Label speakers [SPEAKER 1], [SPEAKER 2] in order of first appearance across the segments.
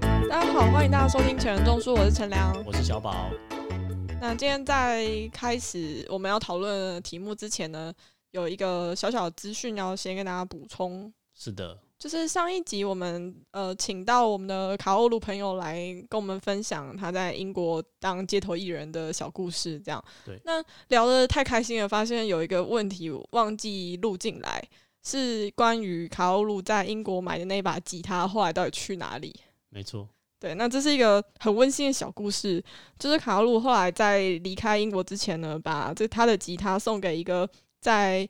[SPEAKER 1] 欢迎大家收听《前人种树》，我是陈良。
[SPEAKER 2] 我是小宝。
[SPEAKER 1] 那今天在开始我们要讨论的题目之前呢，有一个小小的资讯要先跟大家补充，
[SPEAKER 2] 是的，
[SPEAKER 1] 就是上一集我们呃请到我们的卡欧鲁朋友来跟我们分享他在英国当街头艺人的小故事，这样。
[SPEAKER 2] 对
[SPEAKER 1] 那聊得太开心了，发现有一个问题忘记录进来，是关于卡欧鲁在英国买的那把吉他后来到底去哪里？
[SPEAKER 2] 没错，
[SPEAKER 1] 对，那这是一个很温馨的小故事，就是卡洛鲁后来在离开英国之前呢，把这他的吉他送给一个在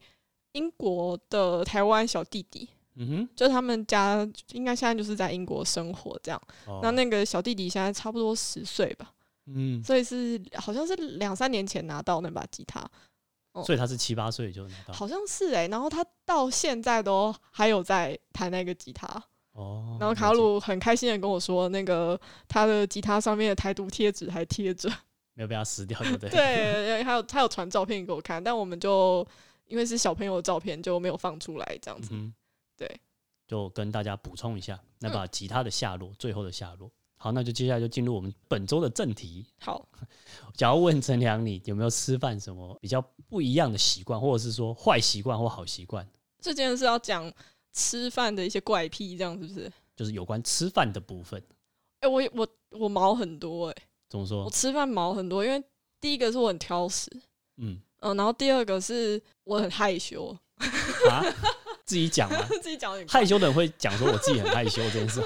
[SPEAKER 1] 英国的台湾小弟弟，
[SPEAKER 2] 嗯
[SPEAKER 1] 就他们家应该现在就是在英国生活这样。
[SPEAKER 2] 哼，哦
[SPEAKER 1] 那那个小弟弟现在差不多十岁吧，
[SPEAKER 2] 嗯，
[SPEAKER 1] 所以是好像是两三年前拿到那把吉
[SPEAKER 2] 啊
[SPEAKER 1] 他，
[SPEAKER 2] 所以他是七八岁就拿到，
[SPEAKER 1] 哦好像是诶、欸然后他到现在都还有在弹那个吉他，
[SPEAKER 2] 哦，
[SPEAKER 1] 然后卡
[SPEAKER 2] 了解
[SPEAKER 1] 鲁很开心的跟我说，那个他的吉他上面的台独贴纸还贴着。
[SPEAKER 2] 没有被他撕掉，对不对？，
[SPEAKER 1] 对，呃还有他有传照片给我看，但我们就因为是小朋友的照片，就没有放出来这样
[SPEAKER 2] 嗯
[SPEAKER 1] 子。
[SPEAKER 2] 哼，
[SPEAKER 1] 对，嗯
[SPEAKER 2] 就跟大家补充一下那把吉他的下落，最后的下落。好，那就接下来就进入我们本周的正题。
[SPEAKER 1] 好，
[SPEAKER 2] 想要问陈良，你有没有吃饭什么比较不一样的习惯，或者是说坏习惯或好习惯，
[SPEAKER 1] 这件事要讲吃饭的一些怪癖，这样是不是？
[SPEAKER 2] 就是有关吃饭的部分？
[SPEAKER 1] 哎、我我我毛很多哎、
[SPEAKER 2] 怎么
[SPEAKER 1] 我
[SPEAKER 2] 说？
[SPEAKER 1] 吃饭毛很多，因为第一个是我很挑食，
[SPEAKER 2] 嗯，
[SPEAKER 1] 嗯、然后第二个是我很害羞，
[SPEAKER 2] 啊， 自己讲吗？
[SPEAKER 1] 自己讲有点怪
[SPEAKER 2] 害羞的人会讲说我自己很害羞这件事，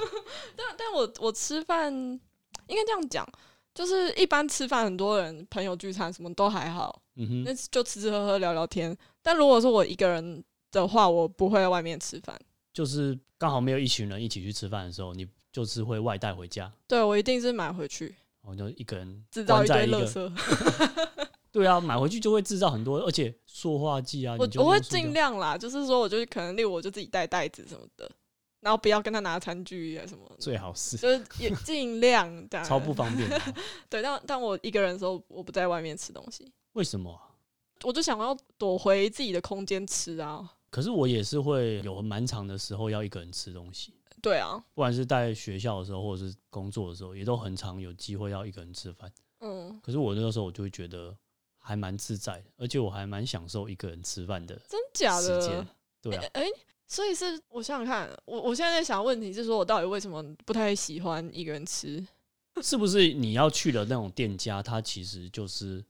[SPEAKER 1] 但但我我吃饭应该这样讲，就是一般吃饭很多人朋友聚餐什么都还好，
[SPEAKER 2] 嗯
[SPEAKER 1] 那
[SPEAKER 2] 哼，
[SPEAKER 1] 就吃吃喝喝聊聊天。但如果是我一个人的话，我不会在外面吃饭。
[SPEAKER 2] 就是刚好没有一群人一起去吃饭的时候，你就是会外带回家，
[SPEAKER 1] 对我一定是买回去，
[SPEAKER 2] 我就一个人
[SPEAKER 1] 制造
[SPEAKER 2] 关
[SPEAKER 1] 一堆
[SPEAKER 2] 在一
[SPEAKER 1] 垃
[SPEAKER 2] 个，啊
[SPEAKER 1] 圾。
[SPEAKER 2] 对啊，买回去就会制造很多，而且塑化剂啊，
[SPEAKER 1] 我
[SPEAKER 2] 你就
[SPEAKER 1] 我会
[SPEAKER 2] 用塑胶
[SPEAKER 1] 尽量啦，就是说，我就是可能例如我就自己带袋子什么的，然后不要跟他拿餐具啊什么的，
[SPEAKER 2] 最好是
[SPEAKER 1] 就是也 尽量这样。
[SPEAKER 2] 超不方便的哦，
[SPEAKER 1] 对，但但我一个人的时候，我不在外面吃东西，
[SPEAKER 2] 为什么啊？
[SPEAKER 1] 我就想要躲回自己的空间吃啊。
[SPEAKER 2] 可是我也是会有蛮长的时候要一个人吃东西，
[SPEAKER 1] 对啊，
[SPEAKER 2] 不管是在学校的时候，或者是工作的时候，也都很常有机会要一个人吃饭。
[SPEAKER 1] 嗯，
[SPEAKER 2] 可是我那个时候我就会觉得还蛮自在的，而且我还蛮享受一个人吃饭的
[SPEAKER 1] 真假
[SPEAKER 2] 时
[SPEAKER 1] 的
[SPEAKER 2] 间。。对啊，
[SPEAKER 1] 哎、所以是我想想看，我我现在在想的问题是说，我到底为什么不太喜欢一个人吃？
[SPEAKER 2] 是不是你要去的那种店家，它其实就是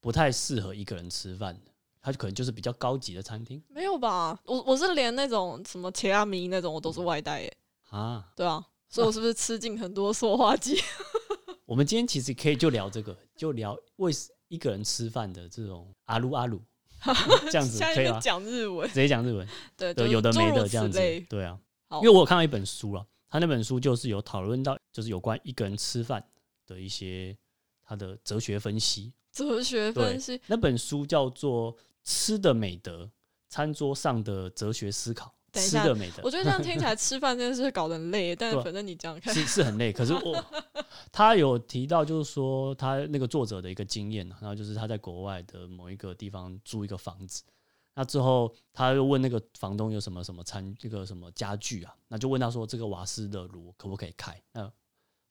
[SPEAKER 2] 不太适合一个人吃饭的，它可能就是比较高级的餐厅
[SPEAKER 1] 没有吧？我我是连那种什么切拉米那种，我都是外带欸耶，
[SPEAKER 2] 啊。
[SPEAKER 1] 对啊，所以我是不是吃进很多塑化剂？
[SPEAKER 2] 我们今天其实可以就聊这个，就聊为一个人吃饭的这种阿鲁 阿鲁， 这样子
[SPEAKER 1] 现在
[SPEAKER 2] 可以
[SPEAKER 1] 在
[SPEAKER 2] 吗？
[SPEAKER 1] 讲日文
[SPEAKER 2] 直，接讲日 文，
[SPEAKER 1] 对，就
[SPEAKER 2] 对，
[SPEAKER 1] 是
[SPEAKER 2] 有的没
[SPEAKER 1] 诸
[SPEAKER 2] 的
[SPEAKER 1] 如
[SPEAKER 2] 这样
[SPEAKER 1] 此
[SPEAKER 2] 子
[SPEAKER 1] 类，，
[SPEAKER 2] 对啊。
[SPEAKER 1] 好
[SPEAKER 2] 因为我有看到一本书了，他那本书就是有讨论到，就是有关一个人吃饭的一些他的哲学分析。
[SPEAKER 1] 哲学分
[SPEAKER 2] 对
[SPEAKER 1] 析，
[SPEAKER 2] 那本书叫做《吃的美德：餐桌上的哲学思考》。
[SPEAKER 1] 等一
[SPEAKER 2] 吃
[SPEAKER 1] 下
[SPEAKER 2] 的美德
[SPEAKER 1] 我觉得这样听起来吃饭这件事搞得很累，但
[SPEAKER 2] 对啊
[SPEAKER 1] 反正你讲看，
[SPEAKER 2] 是是很累，可是 我他有提到，就是说他那个作者的一个经验啊，然后就是他在国外的某一个地方租一个房子，那之后他又问那个房东有什么什么餐这个什么家具啊，那就问他说这个瓦斯的炉可不可以开？那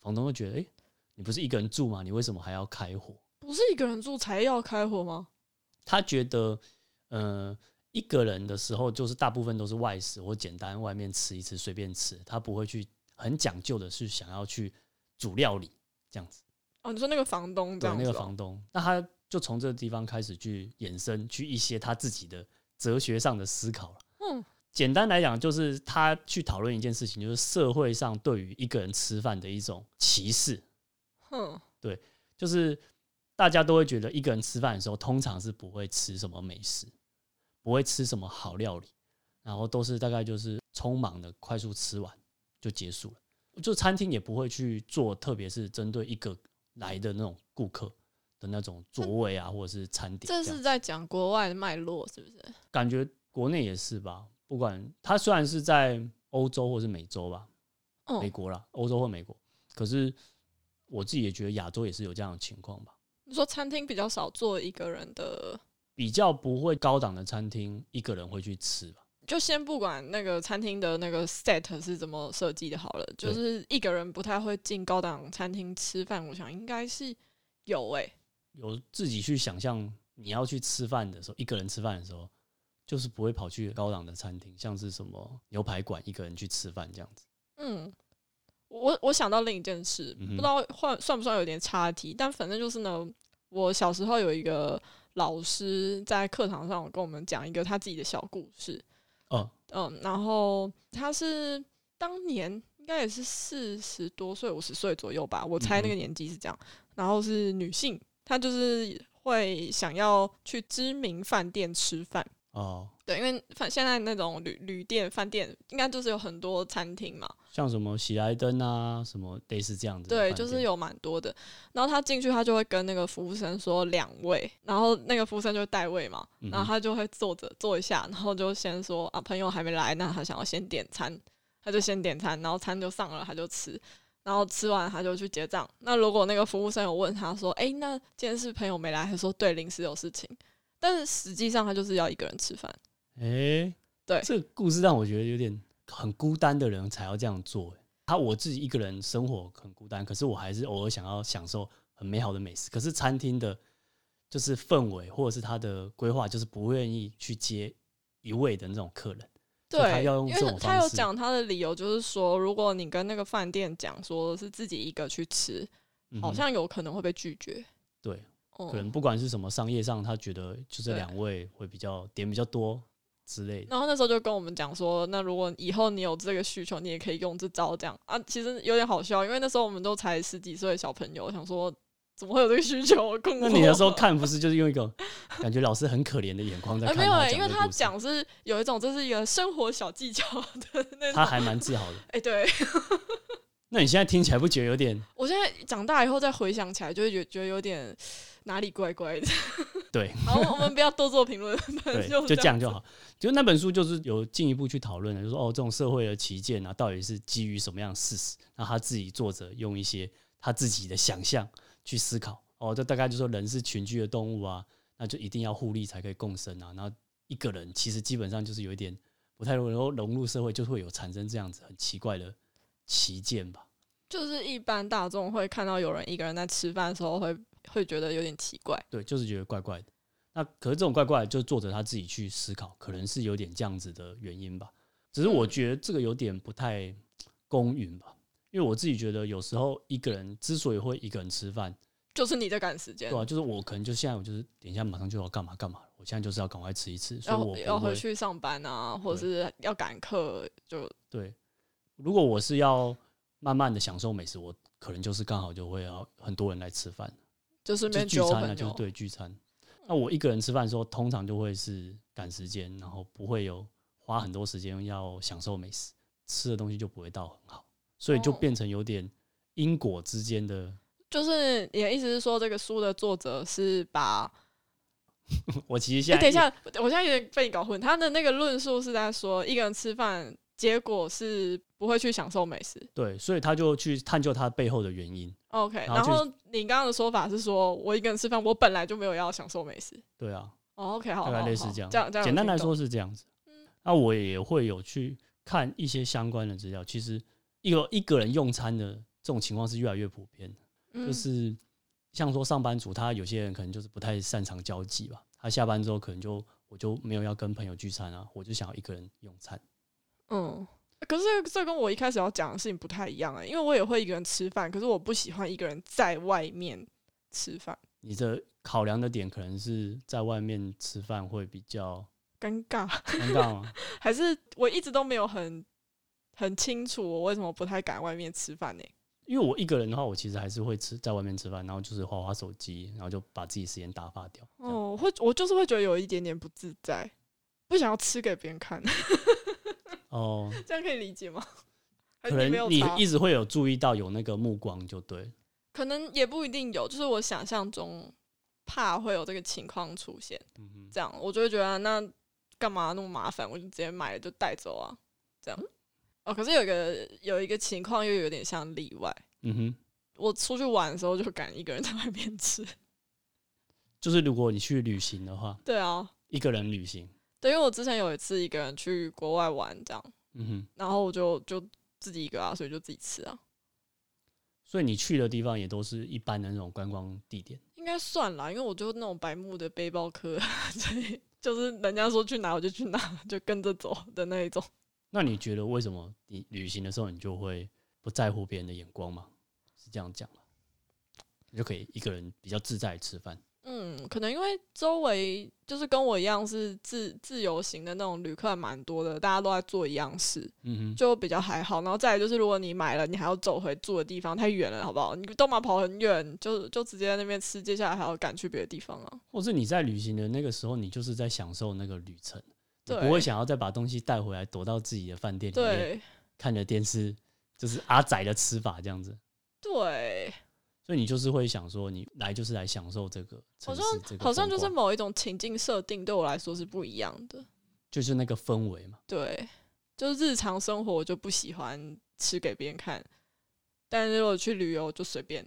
[SPEAKER 2] 房东就觉得，诶，你不是一个人住吗？你为什么还要开火？
[SPEAKER 1] 不是一个人住才要开火吗？
[SPEAKER 2] 他觉得，呃，一个人的时候，就是大部分都是外食或简单外面吃一吃，随便吃，他不会去很讲究的是想要去煮料理这样子。
[SPEAKER 1] 哦，你说那个房东这
[SPEAKER 2] 对
[SPEAKER 1] 样
[SPEAKER 2] 那
[SPEAKER 1] 子、
[SPEAKER 2] 个
[SPEAKER 1] 哦，
[SPEAKER 2] 房东，那他就从这个地方开始去衍生去一些他自己的哲学上的思考了。
[SPEAKER 1] 嗯，
[SPEAKER 2] 简单来讲，就是他去讨论一件事情，就是社会上对于一个人吃饭的一种歧视，
[SPEAKER 1] 哼，
[SPEAKER 2] 就是大家都会觉得一个人吃饭的时候，通常是不会吃什么美食，不会吃什么好料理，然后都是大概就是匆忙的快速吃完就结束了。就餐厅也不会去做，特别是针对一个来的那种顾客的那种座位啊，或者是餐点
[SPEAKER 1] 这
[SPEAKER 2] 样。
[SPEAKER 1] 是在讲国外的脉络，是不是？
[SPEAKER 2] 感觉国内也是吧，不管它虽然是在欧洲或是美洲吧，
[SPEAKER 1] 嗯
[SPEAKER 2] 美国啦，欧洲或美国，可是我自己也觉得亚洲也是有这样的情况吧。
[SPEAKER 1] 你说餐厅比较少做一个人的，
[SPEAKER 2] 比较不会高档的餐厅，一个人会去吃吧。
[SPEAKER 1] 就先不管那个餐厅的那个 set 是怎么设计的，好了，就
[SPEAKER 2] 对
[SPEAKER 1] 是一个人不太会进高档餐厅吃饭，我想应该是有欸诶、
[SPEAKER 2] 有自己去想象你要去吃饭的时候，一个人吃饭的时候，就是不会跑去高档的餐厅，像是什么牛排馆，一个人去吃饭这样子。
[SPEAKER 1] 嗯，我我想到另一件事，
[SPEAKER 2] 嗯
[SPEAKER 1] 不
[SPEAKER 2] 哼
[SPEAKER 1] 知道换算不算有点差题，但反正就是呢，我小时候有一个老师在课堂上有跟我们讲一个他自己的小故事，
[SPEAKER 2] 哦，
[SPEAKER 1] 嗯，然后他是当年应该也是四十多岁、五十岁左右吧，我
[SPEAKER 2] 嗯
[SPEAKER 1] 猜那个年纪是这样。然后是女性，她就是会想要去知名饭店吃饭，
[SPEAKER 2] 哦，
[SPEAKER 1] 对，因为饭现在那种旅旅店、饭店应该就是有很多餐厅嘛，
[SPEAKER 2] 像什么喜来登啊，什么类似这样子的饭
[SPEAKER 1] 对，
[SPEAKER 2] 店。
[SPEAKER 1] 就是有蛮多的。然后他进去，他就会跟那个服务生说两位，然后那个服务生就带位嘛，
[SPEAKER 2] 嗯哼
[SPEAKER 1] 然后他就会坐着坐一下，然后就先说啊，朋友还没来，那他想要先点餐，他就先点餐，然后餐就上了，他就吃。然后吃完他就去结账。那如果那个服务生有问他说：“诶，那今天是朋友没来？”他说：“对，临时有事情。”但是实际上他就是要一个人吃饭。
[SPEAKER 2] 诶，
[SPEAKER 1] 对
[SPEAKER 2] 这个故事让我觉得有点很孤单的人才要这样做、欸。他我自己一个人生活很孤单，可是我还是偶尔想要享受很美好的美食。可是餐厅的，就是氛围或者是他的规划，就是不愿意去接一位的那种客人。所以他
[SPEAKER 1] 对，
[SPEAKER 2] 要用
[SPEAKER 1] 因
[SPEAKER 2] 这
[SPEAKER 1] 为
[SPEAKER 2] 种
[SPEAKER 1] 他
[SPEAKER 2] 方
[SPEAKER 1] 有
[SPEAKER 2] 式
[SPEAKER 1] 讲他的理由，就是说，如果你跟那个饭店讲说是自己一个去吃，
[SPEAKER 2] 嗯
[SPEAKER 1] 好
[SPEAKER 2] 哼
[SPEAKER 1] 像有可能会被拒绝。
[SPEAKER 2] 对，
[SPEAKER 1] 哦
[SPEAKER 2] 可能不管是什么商业上，他觉得就这
[SPEAKER 1] 对
[SPEAKER 2] 两位会比较点比较多之类的。
[SPEAKER 1] 然后那时候就跟我们讲说，那如果以后你有这个需求，你也可以用这招这样啊。其实有点好笑，因为那时候我们都才十几岁的小朋友，想说怎么会有这个需求？我困惑。
[SPEAKER 2] 那你那时 候看不是就是用一种感觉老师很可怜的眼光在
[SPEAKER 1] 啊
[SPEAKER 2] 看
[SPEAKER 1] 没有、
[SPEAKER 2] 他
[SPEAKER 1] 欸，
[SPEAKER 2] 讲
[SPEAKER 1] 因为
[SPEAKER 2] 这个
[SPEAKER 1] 他
[SPEAKER 2] 故事，
[SPEAKER 1] 讲是有一种这是一个生活小技巧的那种。
[SPEAKER 2] 他
[SPEAKER 1] 哎、
[SPEAKER 2] 还蛮自豪的。
[SPEAKER 1] 对
[SPEAKER 2] 那你现在听起来不觉得有点
[SPEAKER 1] 我现在长大以后再回想起来，就会觉觉得有点哪里怪怪的。
[SPEAKER 2] 对？
[SPEAKER 1] 好，我们不要多做评论， 反正
[SPEAKER 2] 对，
[SPEAKER 1] 就
[SPEAKER 2] 就这样
[SPEAKER 1] 子
[SPEAKER 2] 就。好。就那本书就是有进一步去讨论的，就说哦，这种社会的旗舰啊，到底是基于什么样的事实？那他自己作者用一些他自己的想象去思考。哦，这大概就说人是群居的动物啊，那就一定要互利才可以共生啊。然后一个人其实基本上就是有一点不太能够融入社会，就会有产生这样子很奇怪的旗舰吧。
[SPEAKER 1] 就是一般大众会看到有人一个人在吃饭的时候会，会觉得有点奇怪。
[SPEAKER 2] 对，就是觉得怪怪的。那可是这种怪怪的，就是作者他自己去思考，可能是有点这样子的原因吧。只是我
[SPEAKER 1] 嗯
[SPEAKER 2] 觉得这个有点不太公允吧，因为我自己觉得有时候一个人之所以会一个人吃饭，
[SPEAKER 1] 就是你在赶时间
[SPEAKER 2] 对，啊吧、就是我可能就现在我就是等一下马上就要干嘛干嘛，我现在就是要赶快吃一吃，所以
[SPEAKER 1] 要
[SPEAKER 2] 我
[SPEAKER 1] 要
[SPEAKER 2] 不
[SPEAKER 1] 回
[SPEAKER 2] 会
[SPEAKER 1] 去上班啊，或者是要赶课，就
[SPEAKER 2] 对。如果我是要慢慢的享受美食，我可能就是刚好就会要很多人来吃饭。
[SPEAKER 1] 就顺
[SPEAKER 2] 就
[SPEAKER 1] 便
[SPEAKER 2] 聚
[SPEAKER 1] 揪
[SPEAKER 2] 餐啊，
[SPEAKER 1] 朋
[SPEAKER 2] 就是
[SPEAKER 1] 友。
[SPEAKER 2] 对聚餐。那我一个人吃饭的时候，通常就会是赶时间，然后不会有花很多时间要享受美食，吃的东西就不会到很好，所以就
[SPEAKER 1] 哦
[SPEAKER 2] 变成有点因果之间的。
[SPEAKER 1] 就是你的意思是说，这个书的作者是把……
[SPEAKER 2] 我其实
[SPEAKER 1] 哎、
[SPEAKER 2] 现在、
[SPEAKER 1] 等一，下，我现在有点被你搞混。他的那个论述是在说，一个人吃饭，结果是不会去享受美食。
[SPEAKER 2] 对，所以他就去探究他背后的原因。
[SPEAKER 1] OK，
[SPEAKER 2] 然
[SPEAKER 1] 然
[SPEAKER 2] 后
[SPEAKER 1] 后你刚刚的说法是说，我一个人吃饭，我本来就没有要享受美食。
[SPEAKER 2] 对啊，
[SPEAKER 1] 哦，OK，好，
[SPEAKER 2] 大概
[SPEAKER 1] 好
[SPEAKER 2] 类似
[SPEAKER 1] 好
[SPEAKER 2] 这样。
[SPEAKER 1] 这样这样
[SPEAKER 2] 简单
[SPEAKER 1] 有
[SPEAKER 2] 来
[SPEAKER 1] 听懂嗯
[SPEAKER 2] 说是这样子。那我也会有去看一些相关的资料。其实一个一个人用餐的这种情况是越来越普遍的。就
[SPEAKER 1] 嗯
[SPEAKER 2] 是像说上班族，他有些人可能就是不太擅长交际吧，他下班之后可能就我就没有要跟朋友聚餐啊，我就想要一个人用餐。
[SPEAKER 1] 嗯，可是这跟我一开始要讲的事情不太一样啊、因为我也会一个人吃饭，可是我不喜欢一个人在外面吃饭，
[SPEAKER 2] 你的考量的点可能是在外面吃饭会比较
[SPEAKER 1] 尴尬。
[SPEAKER 2] 尴尬吗？
[SPEAKER 1] 还是我一直都没有很很清楚我为什么不太敢外面吃饭呢、欸
[SPEAKER 2] 因为我一个人的话，我其实还是会吃在外面吃饭，然后就是划划手机，然后就把自己时间打发掉。这样
[SPEAKER 1] 哦，我会我就是会觉得有一点点不自在，不想要吃给别人看，
[SPEAKER 2] 哦，
[SPEAKER 1] 这样可以理解 吗？还
[SPEAKER 2] 可
[SPEAKER 1] 是你
[SPEAKER 2] 能
[SPEAKER 1] 没有
[SPEAKER 2] 你
[SPEAKER 1] 差
[SPEAKER 2] 一直会有注意到有那个目光，就对了。
[SPEAKER 1] 可能也不一定有，就是我想象中怕会有这个情况出现，
[SPEAKER 2] 嗯哼，
[SPEAKER 1] 这样我就会觉得、啊那干嘛那么麻烦，我就直接买了就带走啊，这样。哦，可是有一个有一个情况又有点像例外，
[SPEAKER 2] 嗯哼，
[SPEAKER 1] 我出去玩的时候就敢一个人在外面吃，
[SPEAKER 2] 就是如果你去旅行的话，
[SPEAKER 1] 对啊，
[SPEAKER 2] 一个人旅行，
[SPEAKER 1] 对，因为我之前有一次一个人去国外玩这样，
[SPEAKER 2] 嗯哼，
[SPEAKER 1] 然后我就就自己一个啊，所以就自己吃啊，
[SPEAKER 2] 所以你去的地方也都是一般的那种观光地点。
[SPEAKER 1] 应该算啦，因为我就那种白目的背包客，啊 所以就是人家说去哪我就去哪，就跟着走的那一种。
[SPEAKER 2] 那你觉得为什么你旅行的时候你就会不在乎别人的眼光吗？是这样讲吗？你就可以一个人比较自在地吃饭。
[SPEAKER 1] 嗯，可能因为周围就是跟我一样是自自由行的那种旅客还蛮多的，大家都在做一样事，
[SPEAKER 2] 嗯哼，
[SPEAKER 1] 就比较还好。然后再来就是，如果你买了，你还要走回住的地方，太远了，好不好？你都嘛跑很远，就就直接在那边吃，接下来还要赶去别的地方啊。
[SPEAKER 2] 或是你在旅行的那个时候，你就是在享受那个旅程，你
[SPEAKER 1] 对
[SPEAKER 2] 不会想要再把东西带回来，躲到自己的饭店里面
[SPEAKER 1] 对
[SPEAKER 2] 看着电视，就是阿仔的吃法这样子。
[SPEAKER 1] 对，
[SPEAKER 2] 所以你就是会想说，你来就是来享受这个
[SPEAKER 1] 好
[SPEAKER 2] 城市
[SPEAKER 1] 像，
[SPEAKER 2] 这个
[SPEAKER 1] 好像
[SPEAKER 2] 风
[SPEAKER 1] 就是
[SPEAKER 2] 光
[SPEAKER 1] 某一种情境设定对我来说是不一样的。
[SPEAKER 2] 就是那个氛围嘛。
[SPEAKER 1] 对，就是日常生活我就不喜欢吃给别人看，但是如果去旅游就随便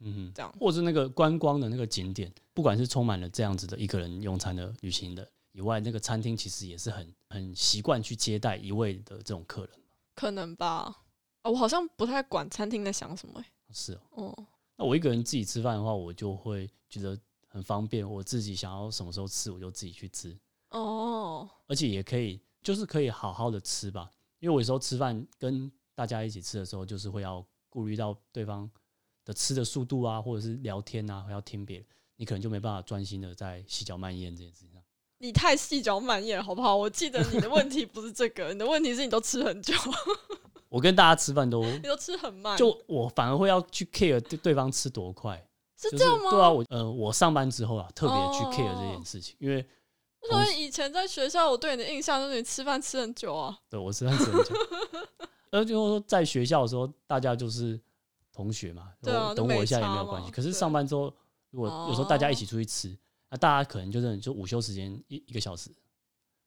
[SPEAKER 2] 嗯哼，
[SPEAKER 1] 这样。
[SPEAKER 2] 或是那个观光的那个景点，不管是充满了这样子的一个人用餐的旅行的以外，那个餐厅其实也是很很习惯去接待一位的这种客人。
[SPEAKER 1] 可能吧。啊，我好像不太管餐厅在想什么、欸。
[SPEAKER 2] 是哦，
[SPEAKER 1] 哦，
[SPEAKER 2] 那我一个人自己吃饭的话，我就会觉得很方便，我自己想要什么时候吃我就自己去吃，
[SPEAKER 1] 哦，
[SPEAKER 2] 而且也可以就是可以好好的吃吧，因为我有时候吃饭跟大家一起吃的时候，就是会要顾虑到对方的吃的速度啊，或者是聊天啊，还要听别人，你可能就没办法专心的在细嚼慢咽这件事情上。
[SPEAKER 1] 你太细嚼慢咽了好不好？我记得你的问题不是这个，你的 问题是你都吃很久，
[SPEAKER 2] 我跟大家吃 饭都
[SPEAKER 1] 你都吃很慢，
[SPEAKER 2] 就我反而会要去 care 对对方吃 多快，
[SPEAKER 1] 是
[SPEAKER 2] 就
[SPEAKER 1] 这
[SPEAKER 2] 是
[SPEAKER 1] 样吗？
[SPEAKER 2] 对啊，我呃我上班之后啊，特别去
[SPEAKER 1] 哦
[SPEAKER 2] care 这件事情，因为
[SPEAKER 1] 我想说以前在学校，我对你的印象就是你吃饭吃很久啊。
[SPEAKER 2] 对我实在是很讲， 呃就是说在学校的时候，大家就是同学嘛，
[SPEAKER 1] 对啊
[SPEAKER 2] 我等
[SPEAKER 1] 就没
[SPEAKER 2] 我一下也没
[SPEAKER 1] 差
[SPEAKER 2] 有
[SPEAKER 1] 嘛
[SPEAKER 2] 关系。可是
[SPEAKER 1] 对
[SPEAKER 2] 上班之后，如果
[SPEAKER 1] 哦
[SPEAKER 2] 有时候大家一起出去吃，那大家可能就真的就午休时间一一个小时，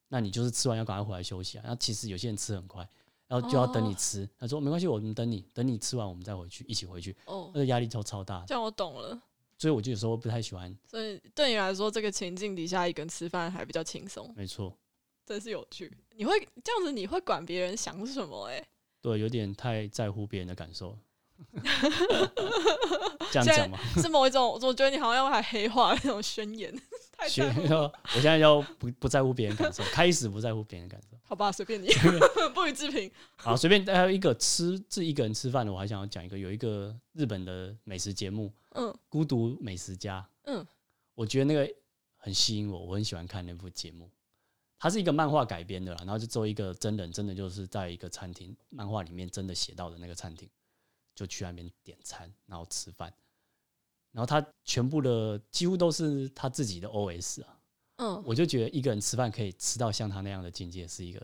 [SPEAKER 2] 那你就是吃完要赶快回来休息啊。那其实有些人吃很快。然后就要等你
[SPEAKER 1] 哦
[SPEAKER 2] 吃，他说没关系，我们等你，等你吃完我们再回去，一起回去，
[SPEAKER 1] 哦
[SPEAKER 2] 那，个压力超超大的，
[SPEAKER 1] 这样我懂了。
[SPEAKER 2] 所以我就有时候不太喜欢
[SPEAKER 1] 所以对你来说，这个情境底下一个人吃饭还比较轻松，
[SPEAKER 2] 没错，
[SPEAKER 1] 真是有趣。你会这样子，你会管别人想什么、欸？
[SPEAKER 2] 对，有点太在乎别人的感受了。这样
[SPEAKER 1] 现在
[SPEAKER 2] 讲嘛，
[SPEAKER 1] 是某一种，我觉得你好像要来黑化那种宣言， 太
[SPEAKER 2] 学
[SPEAKER 1] 在乎
[SPEAKER 2] 我现在要不不在乎别人感受，开始不在乎别人感受。
[SPEAKER 1] 好吧，随便你，不予置评。
[SPEAKER 2] 好，随便还有一个吃自己一个人吃饭的，我还想要讲一个，有一个日本的美食节目《
[SPEAKER 1] 嗯
[SPEAKER 2] 孤独美食家》，
[SPEAKER 1] 嗯，
[SPEAKER 2] 我觉得那个很吸引我，我很喜欢看那部节目。它是一个漫画改编的啦，然后就做一个真人，真的就是在一个餐厅，漫画里面真的写到的那个餐厅，就去那边点餐，然后吃饭。然后他全部的几乎都是他自己的 OS 啊，
[SPEAKER 1] 嗯，
[SPEAKER 2] 我就觉得一个人吃饭可以吃到像他那样的境界，是一个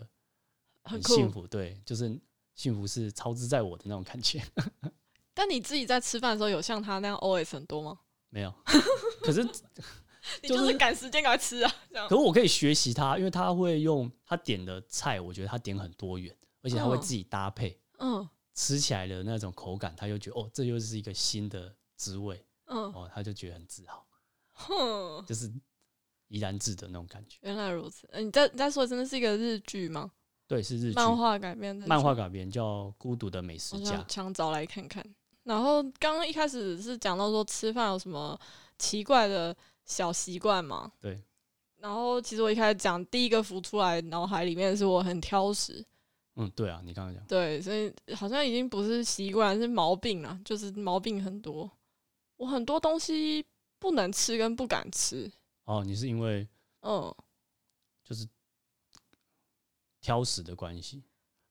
[SPEAKER 1] 很酷。
[SPEAKER 2] 幸福，对，就是幸福是超之在我的那种感觉。
[SPEAKER 1] 但你自己在吃饭的时候，有像他那样 always 很多吗？
[SPEAKER 2] 没有， 可是
[SPEAKER 1] 你
[SPEAKER 2] 就是
[SPEAKER 1] 就是赶时间赶快吃啊，这 样
[SPEAKER 2] 可。是我可以学习他，因为他会用他点的菜，我觉得他点很多元，而且他会
[SPEAKER 1] 嗯
[SPEAKER 2] 自己搭配，
[SPEAKER 1] 嗯
[SPEAKER 2] 吃起来的那种口感，他又觉得哦，这又是一个新的滋味，
[SPEAKER 1] 嗯
[SPEAKER 2] 哦，他就觉得很自豪，
[SPEAKER 1] 哼，
[SPEAKER 2] 就是怡然自得那种感觉。
[SPEAKER 1] 原来如此。呃你再你再说一次，真的是一个日剧吗？
[SPEAKER 2] 对，是日剧
[SPEAKER 1] 漫画改编的剧
[SPEAKER 2] 漫画，改编叫《孤独的美食
[SPEAKER 1] 我
[SPEAKER 2] 家》
[SPEAKER 1] 想，想找来看看。然后刚刚一开始是讲到说吃饭有什么奇怪的小习惯嘛？
[SPEAKER 2] 对。
[SPEAKER 1] 然后其实我一开始讲第一个浮出来脑海里面是我很挑食，
[SPEAKER 2] 嗯，对啊，你刚刚讲，
[SPEAKER 1] 对，所以好像已经不是习惯，是毛病了，就是毛病很多。我很多东西不能吃跟不敢吃，
[SPEAKER 2] 哦，你是因为
[SPEAKER 1] 嗯，
[SPEAKER 2] 就是挑食的关系，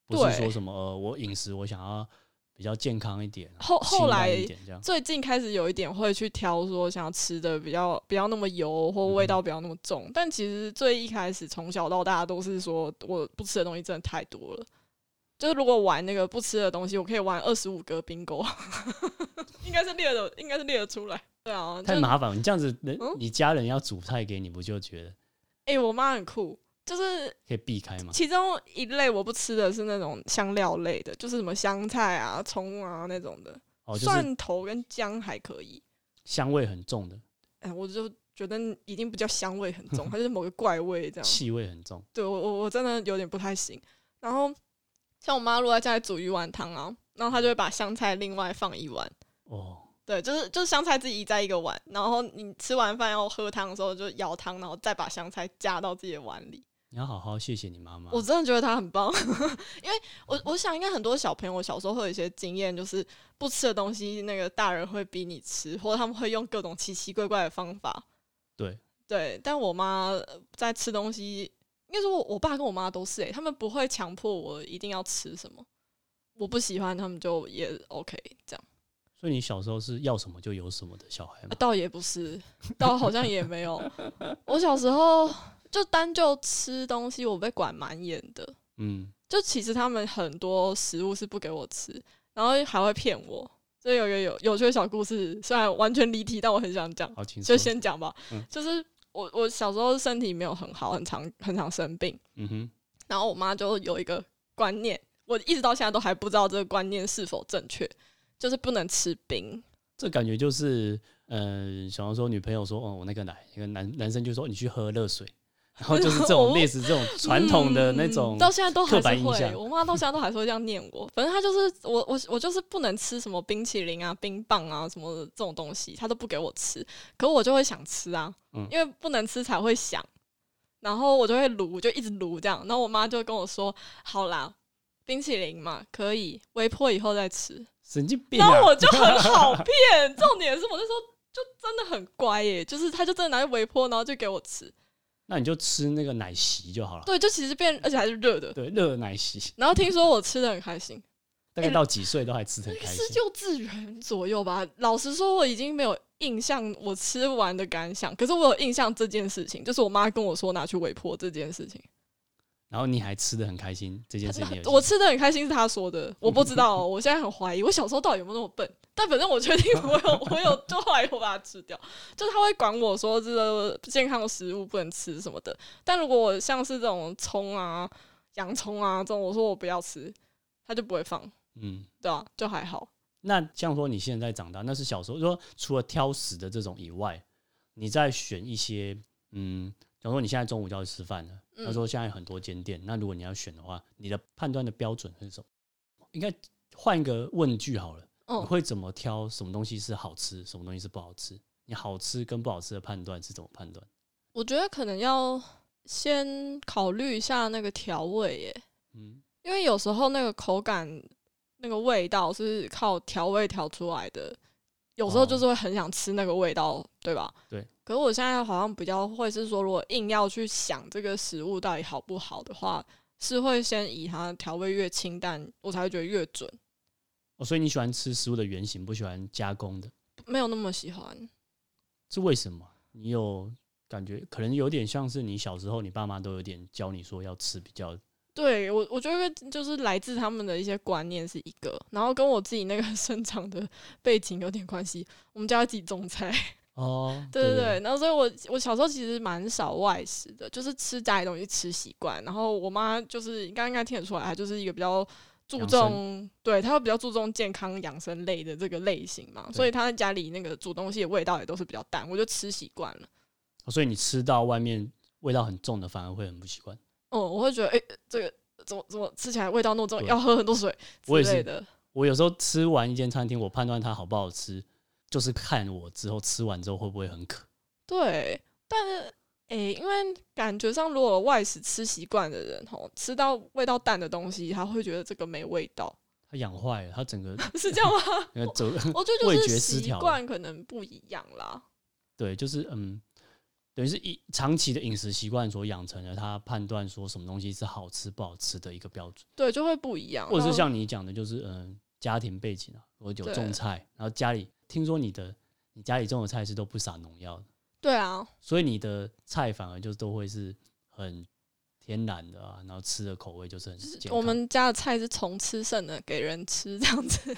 [SPEAKER 2] 不是
[SPEAKER 1] 对
[SPEAKER 2] 说什么呃，我饮食我想要比较健康一点，
[SPEAKER 1] 后
[SPEAKER 2] 清
[SPEAKER 1] 后来
[SPEAKER 2] 淡一点这样，
[SPEAKER 1] 最近开始有一点会去挑，说想要吃的比较不要那么油，或味
[SPEAKER 2] 嗯
[SPEAKER 1] 道不要那么重。但其实最一开始从小到大都是说我不吃的东西真的太多了。就是如果玩那个不吃的东西，我可以玩二十五个 bingo，应该是列的，应该是列得出来。对啊，就
[SPEAKER 2] 太麻烦了。你这样子，人
[SPEAKER 1] 嗯
[SPEAKER 2] 你家人要煮菜给你，不就觉得
[SPEAKER 1] 哎、我妈很酷，就是
[SPEAKER 2] 可以避开吗？
[SPEAKER 1] 其中一类我不吃的是那种香料类的，就是什么香菜啊、葱啊那种的，
[SPEAKER 2] 哦，就是
[SPEAKER 1] 蒜头跟姜还可以。
[SPEAKER 2] 香味很重的，
[SPEAKER 1] 哎，我就觉得已经不叫香味很 重，它就是某个怪味这样。
[SPEAKER 2] 气味很重，
[SPEAKER 1] 对我我我真的有点不太行。然后像我妈如果在家里煮鱼丸汤啊，然后她就会把香菜另外放一碗，
[SPEAKER 2] 哦，
[SPEAKER 1] 对，就是就是香菜自己移在一个碗，然后你吃完饭要喝汤的时候就舀汤，然后再把香菜加到自己的碗里。
[SPEAKER 2] 你要好好谢谢你妈妈。
[SPEAKER 1] 我真的觉得她很棒， 因为我我想应该很多小朋友小时候会有一些经验，就是不吃的东西那个大人会逼你吃，或者他们会用各种奇奇怪怪的方法。
[SPEAKER 2] 对
[SPEAKER 1] 对，但我妈呃在吃东西，应该说我我爸跟我妈都是诶、欸他们不会强迫我一定要吃什么，我不喜欢他们就也 OK 这样。
[SPEAKER 2] 所以你小时候是要什么就有什么的小孩
[SPEAKER 1] 啊
[SPEAKER 2] 嘛？
[SPEAKER 1] 倒也不是，倒好像也没有。我小时候就单就吃东西，我被管蛮严的。
[SPEAKER 2] 嗯，
[SPEAKER 1] 就其实他们很多食物是不给我吃，然后还会骗我。所以有一个有有趣的小故事，虽然完全离题，但我很想讲，
[SPEAKER 2] 好轻松。
[SPEAKER 1] 就先讲吧。
[SPEAKER 2] 嗯
[SPEAKER 1] 就是我我小时候身体没有很好，很常很常生病，
[SPEAKER 2] 嗯哼，
[SPEAKER 1] 然后我妈就有一个观念，我一直到现在都还不知道这个观念是否正确，就是不能吃冰。
[SPEAKER 2] 这感觉就是，呃，小时候女朋友说，哦，我那个奶，那个男男生就说你去喝热水，然后就是这 种类似这种传统的那种
[SPEAKER 1] 嗯，到现在都还
[SPEAKER 2] 刻板
[SPEAKER 1] 是
[SPEAKER 2] 印象
[SPEAKER 1] 会。我妈到现在都还是会这样念我。反正她就是我，我我就是不能吃什么冰淇淋啊、冰棒啊什么的这种东西，她都不给我吃。可我就会想吃啊，
[SPEAKER 2] 嗯
[SPEAKER 1] 因为不能吃才会想。然后我就会撸，就一直撸这样。然后我妈就跟我说：“好啦，冰淇淋嘛，可以微波以后再吃。”
[SPEAKER 2] 神经病
[SPEAKER 1] 然后
[SPEAKER 2] 啊！
[SPEAKER 1] 我就很好骗。重点是我那时候就真的很乖耶，就是他就真的拿去微波，然后就给我吃。
[SPEAKER 2] 那你就吃那个奶昔就好了。
[SPEAKER 1] 对，就其实变，而且还是热的。
[SPEAKER 2] 对，热奶昔，
[SPEAKER 1] 然后听说我吃的很开心，
[SPEAKER 2] 大
[SPEAKER 1] 哎
[SPEAKER 2] 概到几岁都还吃得很
[SPEAKER 1] 应该
[SPEAKER 2] 开
[SPEAKER 1] 是
[SPEAKER 2] 心。
[SPEAKER 1] 幼稚园左右吧。老实说，我已经没有印象我吃完的感想，可是我有印象这件事情，就是我妈跟我说拿去微波这件事情。
[SPEAKER 2] 然后你还吃的很开心，这件事 情你有
[SPEAKER 1] 我吃的很开心是她说的，我不知道哦、我现在很怀疑我小时候到底有没有那么笨。但反正我确定我有，我有，就后来我把它吃掉。 就是他会管我说这个健康食物不能吃什么的。但如果我像是这种葱啊、洋葱啊这种，我说我不要吃，他就不会放，
[SPEAKER 2] 嗯。
[SPEAKER 1] 对啊，就还好。
[SPEAKER 2] 那像说你现在长大，那是小时候，就说除了挑食的这种以外，你再选一些，嗯，假如说你现在中午就要去吃饭了，
[SPEAKER 1] 嗯
[SPEAKER 2] 他说现在很多间店，那如果你要选的话，你的判断的标准是什么？应该换一个问句好了，
[SPEAKER 1] 嗯
[SPEAKER 2] 你会怎么挑什么东西是好吃，什么东西是不好吃？你好吃跟不好吃的判断是怎么判断？
[SPEAKER 1] 我觉得可能要先考虑一下那个调味耶，
[SPEAKER 2] 嗯，
[SPEAKER 1] 因为有时候那个口感、那个味道是靠调味调出来的，有时候
[SPEAKER 2] 哦
[SPEAKER 1] 就是会很想吃那个味道，对吧？
[SPEAKER 2] 对。
[SPEAKER 1] 可是我现在好像比较会是说，如果硬要去想这个食物到底好不好的话，是会先以它调味越清淡，我才会觉得越准，
[SPEAKER 2] 哦，所以你喜欢吃食物的原型，不喜欢加工的，
[SPEAKER 1] 没有那么喜欢。
[SPEAKER 2] 是为什么？你有感觉可能有点像是你小时候，你爸妈都有点教你说要吃比较
[SPEAKER 1] 对我，我觉得就是来自他们的一些观念是一个，然后跟我自己那个 生长的背景有点关系。我们家自己种菜，
[SPEAKER 2] 哦，
[SPEAKER 1] 对对对，然后所以我我小时候其实蛮少外食的，就是吃家里东西吃习惯。然后我妈就是应该应该听得出来，她就是一个比较注
[SPEAKER 2] 养
[SPEAKER 1] 重，对她会比较注重健康养生类的这个类型嘛，
[SPEAKER 2] 对
[SPEAKER 1] 所以她在家里那个煮东西的味道也都是比较淡，我就吃习惯了。
[SPEAKER 2] 哦所以你吃到外面味道很重的，反而会很不习惯。
[SPEAKER 1] 哦、我会觉得哎、诶这个怎么怎么吃起来味道那么重，
[SPEAKER 2] 对
[SPEAKER 1] 要喝很多水
[SPEAKER 2] 我
[SPEAKER 1] 之
[SPEAKER 2] 也是
[SPEAKER 1] 类的。
[SPEAKER 2] 我有时候吃完一间餐厅，我判断它好不好吃，就是看我之后吃完之后会不会很渴。
[SPEAKER 1] 对，但是诶、因为感觉上，如果外食吃习惯的人吼，吃到味道淡的东西，他会觉得这个没味道，
[SPEAKER 2] 它养坏了，它整个
[SPEAKER 1] 是这样吗？
[SPEAKER 2] 整个走，
[SPEAKER 1] 我觉得
[SPEAKER 2] 味
[SPEAKER 1] 就是
[SPEAKER 2] 觉失
[SPEAKER 1] 习
[SPEAKER 2] 调了
[SPEAKER 1] 惯可能不一样啦。
[SPEAKER 2] 对，就是嗯，等于是一长期的饮食习惯所养成了他判断说什么东西是好吃不好吃的一个标准，
[SPEAKER 1] 对，就会不一样。
[SPEAKER 2] 或者
[SPEAKER 1] 然
[SPEAKER 2] 是
[SPEAKER 1] 后
[SPEAKER 2] 像你讲的，就是嗯，家庭背景啊，我有
[SPEAKER 1] 对
[SPEAKER 2] 种菜，然后家里听说你的你家里种的菜是都不撒农药的。
[SPEAKER 1] 对啊，
[SPEAKER 2] 所以你的菜反而就都会是很天然的啊，然后吃的口味就是很健康。
[SPEAKER 1] 我们家的菜是从吃剩的给人吃这样子，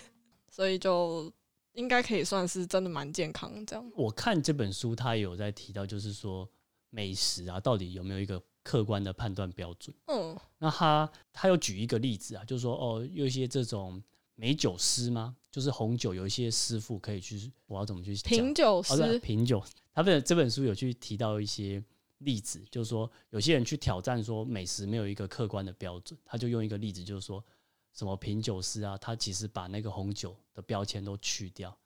[SPEAKER 1] 所以就应该可以算是真的蛮健康这样。
[SPEAKER 2] 我看这本书，它也有在提到，就是说美食啊，到底有没有一个客观的判断标准？
[SPEAKER 1] 嗯
[SPEAKER 2] 那他他又举一个例子啊，就是说哦，有一些这种美酒师吗？就是红酒有一些师傅可以去，我要怎么去讲
[SPEAKER 1] 品酒
[SPEAKER 2] 哦对
[SPEAKER 1] 师，
[SPEAKER 2] 品酒，他的这本书有去提到一些例子，就是说有些人去挑战说美食没有一个客观的标准，他就用一个例子，就是说什么品酒师啊，他其实把那个红酒的标签都去掉，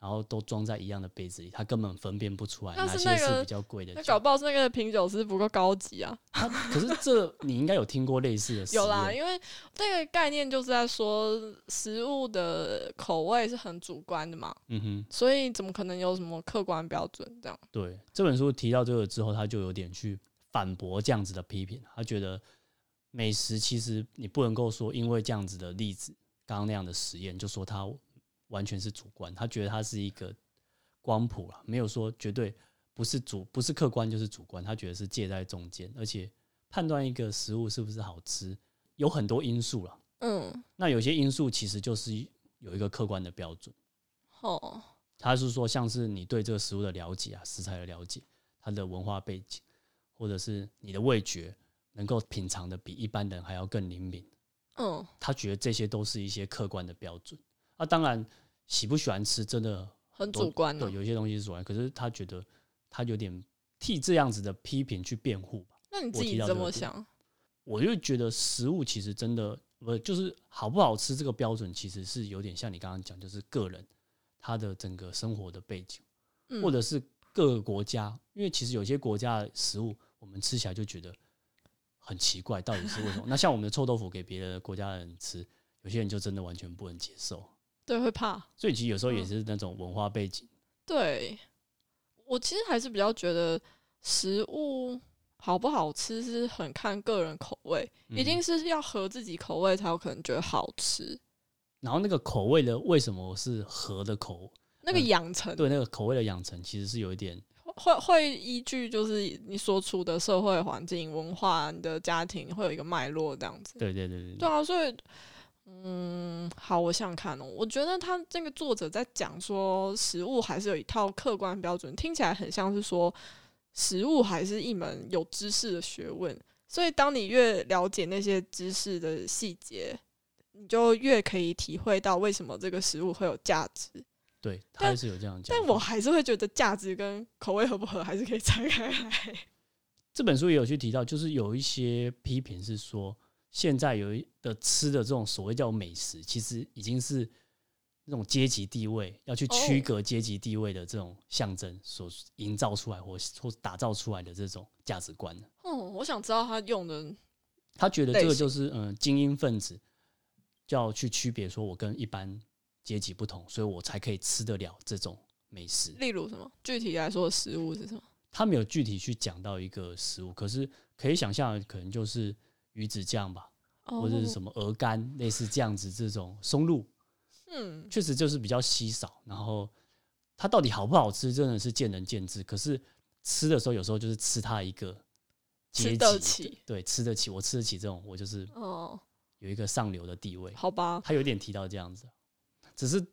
[SPEAKER 2] 然后都装在一样的杯子里，他根本分辨不出来
[SPEAKER 1] 那
[SPEAKER 2] 哪
[SPEAKER 1] 是
[SPEAKER 2] 些
[SPEAKER 1] 那
[SPEAKER 2] 是
[SPEAKER 1] 个
[SPEAKER 2] 比较贵的
[SPEAKER 1] 那
[SPEAKER 2] 酒
[SPEAKER 1] 搞。不好是那个品酒师不够高级啊。
[SPEAKER 2] 他可是这你应该有听过类似的实
[SPEAKER 1] 有啦，
[SPEAKER 2] 验
[SPEAKER 1] 因为这个概念就是在说食物的口味是很主观的嘛，
[SPEAKER 2] 嗯哼。
[SPEAKER 1] 所以怎么可能有什么客观标准这样？
[SPEAKER 2] 对这本书提到这个之后，他就有点去反驳这样子的批评。他觉得美食其实你不能够说因为这样子的例子，刚刚那样的实验，就说它完全是主观。他觉得它是一个光谱啦，没有说绝对不是主不是客观就是主观。他觉得是介在中间，而且判断一个食物是不是好吃，有很多因素啦。
[SPEAKER 1] 嗯，
[SPEAKER 2] 那有些因素其实就是有一个客观的标准。
[SPEAKER 1] 哦，
[SPEAKER 2] 他是说像是你对这个食物的了解啊，食材的了解，它的文化背景，或者是你的味觉能够品尝的比一般人还要更灵敏。
[SPEAKER 1] 嗯，
[SPEAKER 2] 他觉得这些都是一些客观的标准。啊，当然喜不喜欢吃真的
[SPEAKER 1] 很
[SPEAKER 2] 多
[SPEAKER 1] 主观啊的、
[SPEAKER 2] 对，有一些东西是主观，可是他觉得他有点替这样子的批评去辩护吧。
[SPEAKER 1] 那你
[SPEAKER 2] 我
[SPEAKER 1] 自
[SPEAKER 2] 提
[SPEAKER 1] 己
[SPEAKER 2] 到
[SPEAKER 1] 怎
[SPEAKER 2] 这个
[SPEAKER 1] 么
[SPEAKER 2] 点
[SPEAKER 1] 想？
[SPEAKER 2] 我就觉得食物其实真的不就是好不好吃这个标准，其实是有点像你刚刚讲，就是个人他的整个生活的背景。
[SPEAKER 1] 嗯，
[SPEAKER 2] 或者是各个国家，因为其实有些国家的食物，我们吃起来就觉得很奇怪，到底是为什么？那像我们的臭豆腐给别的国家的人吃，有些人就真的完全不能接受。
[SPEAKER 1] 对会怕，
[SPEAKER 2] 所以其实有时候
[SPEAKER 1] 嗯
[SPEAKER 2] 也是那种文化背景，
[SPEAKER 1] 对，我其实还是比较觉得食物好不好吃是很看个人口味，
[SPEAKER 2] 嗯
[SPEAKER 1] 一定是要合自己口味才有可能觉得好吃。
[SPEAKER 2] 然后那个口味的为什么是和的口？
[SPEAKER 1] 那个
[SPEAKER 2] 嗯
[SPEAKER 1] 养成、
[SPEAKER 2] 对，那个口味的养成其实是有一点
[SPEAKER 1] 会会依据就是你所处的社会环境、文化、你的家庭会有一个脉络这样子。
[SPEAKER 2] 对对对
[SPEAKER 1] 对
[SPEAKER 2] 对，
[SPEAKER 1] 啊，所以嗯，好，我想想看哦，我觉得他这个作者在讲说食物还是有一套客观标准，听起来很像是说食物还是一门有知识的学问，所以当你越了解那些知识的细节。你就越可以体会到为什么这个食物会有价值，
[SPEAKER 2] 对，
[SPEAKER 1] 但
[SPEAKER 2] 他是有这样讲
[SPEAKER 1] 但
[SPEAKER 2] 法。
[SPEAKER 1] 我还是会觉得价值跟口味合不合还是可以拆开来。
[SPEAKER 2] 这本书也有去提到，就是有一些批评是说，现在有一的吃的这种所谓叫美食，其实已经是那种阶级地位要去区
[SPEAKER 1] 哦
[SPEAKER 2] 隔阶级地位的这种象征所营造出来或或打造出来的这种价值观。
[SPEAKER 1] 哦，我想知道他用的
[SPEAKER 2] 他觉得这
[SPEAKER 1] 类
[SPEAKER 2] 个
[SPEAKER 1] 型
[SPEAKER 2] 就是嗯、呃精英分子就要去区别，说我跟一般阶级不同，所以我才可以吃得了这种美食。
[SPEAKER 1] 例如什么？具体来说，食物是什么？
[SPEAKER 2] 他没有具体去讲到一个食物，可是可以想象，可能就是鱼子酱吧。
[SPEAKER 1] 哦
[SPEAKER 2] 或者是什么鹅肝，类似这样子这种松露，
[SPEAKER 1] 嗯，
[SPEAKER 2] 确实就是比较稀少。然后它到底好不好吃，真的是见仁见智。可是吃的时候，有时候就是吃它一个阶
[SPEAKER 1] 吃
[SPEAKER 2] 级，
[SPEAKER 1] 得起
[SPEAKER 2] 对，吃得起，我吃得起这种，我就是
[SPEAKER 1] 哦，
[SPEAKER 2] 有一个上流的地位。
[SPEAKER 1] 好吧，
[SPEAKER 2] 他有点提到这样子，只是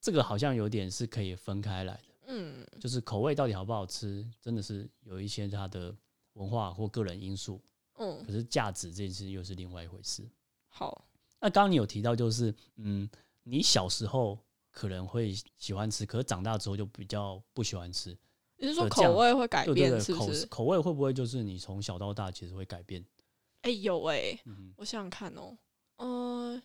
[SPEAKER 2] 这个好像有点是可以分开来的，
[SPEAKER 1] 嗯，
[SPEAKER 2] 就是口味到底好不好吃，真的是有一些它的文化或个人因素。
[SPEAKER 1] 嗯
[SPEAKER 2] 可，是价值这件事又是另外一回事。
[SPEAKER 1] 好，
[SPEAKER 2] 那刚刚你有提到，就是嗯，你小时候可能会喜欢吃，可是长大之后就比较不喜欢吃。
[SPEAKER 1] 你是说
[SPEAKER 2] 的酱
[SPEAKER 1] 口味会改
[SPEAKER 2] 对对
[SPEAKER 1] 变
[SPEAKER 2] 对，
[SPEAKER 1] 是不
[SPEAKER 2] 口
[SPEAKER 1] 是？
[SPEAKER 2] 口味会不会就是你从小到大其实会改变？
[SPEAKER 1] 哎、有哎、
[SPEAKER 2] 嗯
[SPEAKER 1] 我想想看哦，嗯，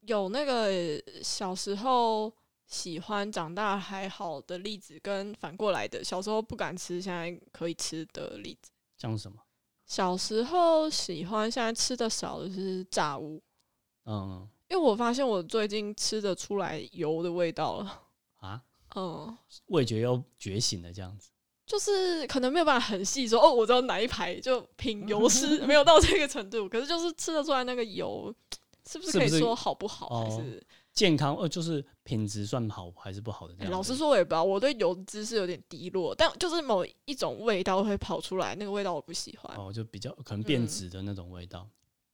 [SPEAKER 1] 有那个小时候喜欢，长大还好的例子，跟反过来的小时候不敢吃，现在可以吃的例子。
[SPEAKER 2] 像什么？
[SPEAKER 1] 小时候喜欢，现在吃的少的是炸物，
[SPEAKER 2] 嗯
[SPEAKER 1] 因为我发现我最近吃得出来油的味道了。
[SPEAKER 2] 啊，
[SPEAKER 1] 嗯，
[SPEAKER 2] 味觉又觉醒了这样子。
[SPEAKER 1] 就是可能没有办法很细说哦，我知道哪一排就 品油师没有到这个程度，可是就是吃得出来那个油是不是
[SPEAKER 2] 是
[SPEAKER 1] 可以
[SPEAKER 2] 不是
[SPEAKER 1] 说好不好？
[SPEAKER 2] 哦
[SPEAKER 1] 还是、
[SPEAKER 2] 健康呃，就是品质算好还是不好的这
[SPEAKER 1] 哎
[SPEAKER 2] 样子、
[SPEAKER 1] 老实说，我也不知道，我对油脂是有点低落，但就是某一种味道会跑出来，那个味道我不喜欢，
[SPEAKER 2] 哦，就比较可能变
[SPEAKER 1] 嗯
[SPEAKER 2] 质的那种味道，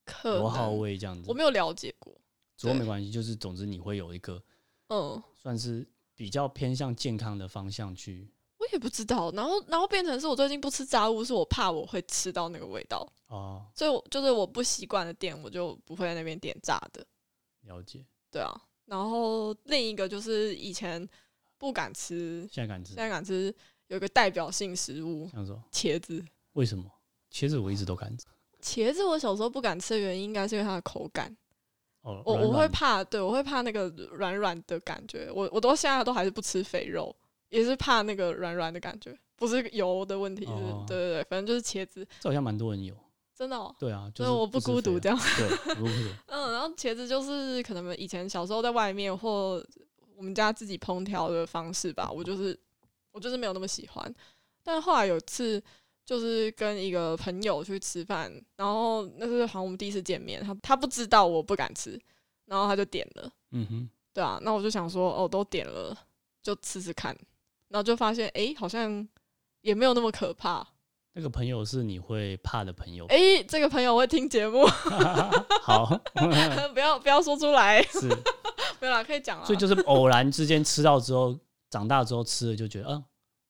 [SPEAKER 1] 可
[SPEAKER 2] 油耗
[SPEAKER 1] 能
[SPEAKER 2] 味这样子
[SPEAKER 1] 我。没有了解过。
[SPEAKER 2] 主要没
[SPEAKER 1] 对
[SPEAKER 2] 关系，就是总之你会有一个
[SPEAKER 1] 嗯，
[SPEAKER 2] 算是比较偏向健康的方向去。
[SPEAKER 1] 我也不知道，然后然后变成是我最近不吃炸物，是我怕我会吃到那个味道，
[SPEAKER 2] 哦，
[SPEAKER 1] 所以我就是我不习惯的店，我就不会在那边点炸的。
[SPEAKER 2] 了解。
[SPEAKER 1] 对啊，然后另一个就是以前不敢吃，
[SPEAKER 2] 现在敢吃
[SPEAKER 1] 现，在敢吃，有一个代表性食物
[SPEAKER 2] 想说
[SPEAKER 1] 茄子。
[SPEAKER 2] 为什么？茄子我一直都敢吃，
[SPEAKER 1] 茄子我小时候不敢吃的原因，应该是因为它的口感，
[SPEAKER 2] 哦，
[SPEAKER 1] 我
[SPEAKER 2] 软
[SPEAKER 1] 我会
[SPEAKER 2] 软的
[SPEAKER 1] 怕，对我会怕那个软软的感觉。我我都现在都还是不吃肥肉，也是怕那个软软的感觉，不是油的问题，就是、
[SPEAKER 2] 哦
[SPEAKER 1] 对对对，反正就是茄子，
[SPEAKER 2] 这好像蛮多人有，
[SPEAKER 1] 真的哦，
[SPEAKER 2] 对啊，就
[SPEAKER 1] 所
[SPEAKER 2] 是
[SPEAKER 1] 以我
[SPEAKER 2] 不
[SPEAKER 1] 不
[SPEAKER 2] 吃
[SPEAKER 1] 孤
[SPEAKER 2] 肥
[SPEAKER 1] 独
[SPEAKER 2] 肉
[SPEAKER 1] 这样。
[SPEAKER 2] 对，不孤独，
[SPEAKER 1] 嗯，然后茄子就是可能以前小时候在外面或我们家自己烹调的方式吧，我就是我就是没有那么喜欢。但后来有一次就是跟一个朋友去吃饭，然后那是好像我们第一次见面，他他不知道我不敢吃，然后他就点了，
[SPEAKER 2] 嗯哼，
[SPEAKER 1] 对啊，那我就想说哦，都点了就吃吃看，然后就发现诶，好像也没有那么可怕。
[SPEAKER 2] 那个朋友是你会怕的朋友，
[SPEAKER 1] 诶，这个朋友会听节目，
[SPEAKER 2] 好，
[SPEAKER 1] 不要不要说出来，
[SPEAKER 2] 是，
[SPEAKER 1] 没有啦，可以讲啦。
[SPEAKER 2] 嗯所以就是偶然之间吃到之后，长大之后吃了就觉得，嗯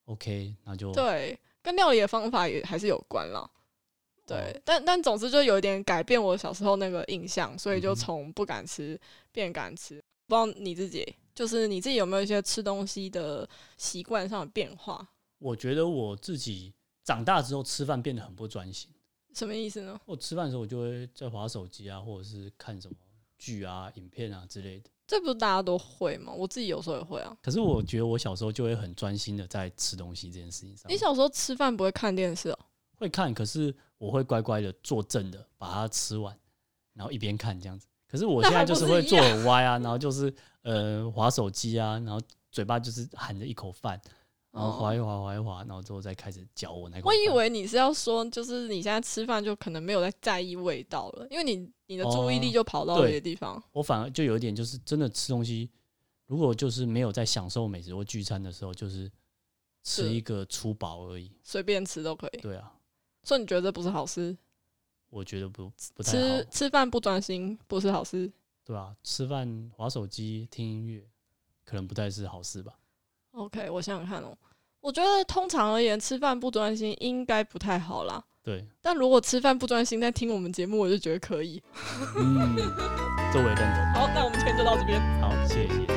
[SPEAKER 2] ，OK，那就
[SPEAKER 1] 对，跟料理的方法也还是有关啦。对，
[SPEAKER 2] 哦
[SPEAKER 1] 但但总之就有一点改变我小时候那个印象，所以
[SPEAKER 2] 嗯
[SPEAKER 1] 就
[SPEAKER 2] 哼
[SPEAKER 1] 从不敢吃变敢吃。不知道你自己，就是你自己有没有一些吃东西的习惯上的变化？
[SPEAKER 2] 我觉得我自己长大之后吃饭变得很不专心。
[SPEAKER 1] 什么意思呢？
[SPEAKER 2] 我吃饭的时候，我就会在划手机啊，或者是看什么剧啊、影片啊之类的。
[SPEAKER 1] 这不是大家都会吗？我自己有时候也会啊。
[SPEAKER 2] 可是我觉得我小时候就会很专心的在吃东西这件事情上
[SPEAKER 1] 你，小时候吃饭不会看电视哦、
[SPEAKER 2] 会看，可是我会乖乖的坐正的把它吃完，然后一边看这样子。可是我
[SPEAKER 1] 那
[SPEAKER 2] 现在
[SPEAKER 1] 还
[SPEAKER 2] 就
[SPEAKER 1] 不
[SPEAKER 2] 是
[SPEAKER 1] 是
[SPEAKER 2] 会
[SPEAKER 1] 一
[SPEAKER 2] 坐
[SPEAKER 1] 样
[SPEAKER 2] 很歪啊，然后就是呃划手机啊，然后嘴巴就是含着一口饭，然后划一划划一划，然后之后再开始嚼我那口
[SPEAKER 1] 哦我
[SPEAKER 2] 饭。
[SPEAKER 1] 以为你是要说，就是你现在吃饭就可能没有在在意味道了，因为你你的注意力
[SPEAKER 2] 哦
[SPEAKER 1] 就跑到
[SPEAKER 2] 对
[SPEAKER 1] 别的地方。
[SPEAKER 2] 我反而就有一点就是真的吃东西，如果就是没有在享受美食或聚餐的时候，就是吃
[SPEAKER 1] 是
[SPEAKER 2] 一个粗饱而已。
[SPEAKER 1] 随便吃都可以，
[SPEAKER 2] 对啊，
[SPEAKER 1] 所以你觉得这不是好事？
[SPEAKER 2] 我觉得不不太好
[SPEAKER 1] 吃，吃饭不专心不是好事
[SPEAKER 2] 对啊，吃饭、划手机、听音乐，可能不太是好事吧。
[SPEAKER 1] OK，我想想看哦，我觉得通常而言，吃饭不专心应该不太好啦。
[SPEAKER 2] 对，
[SPEAKER 1] 但如果吃饭不专心在听我们节目，我就觉得可以。
[SPEAKER 2] 嗯，这我也认
[SPEAKER 1] 好，那我们今天就到这边。
[SPEAKER 2] 同。好，谢谢。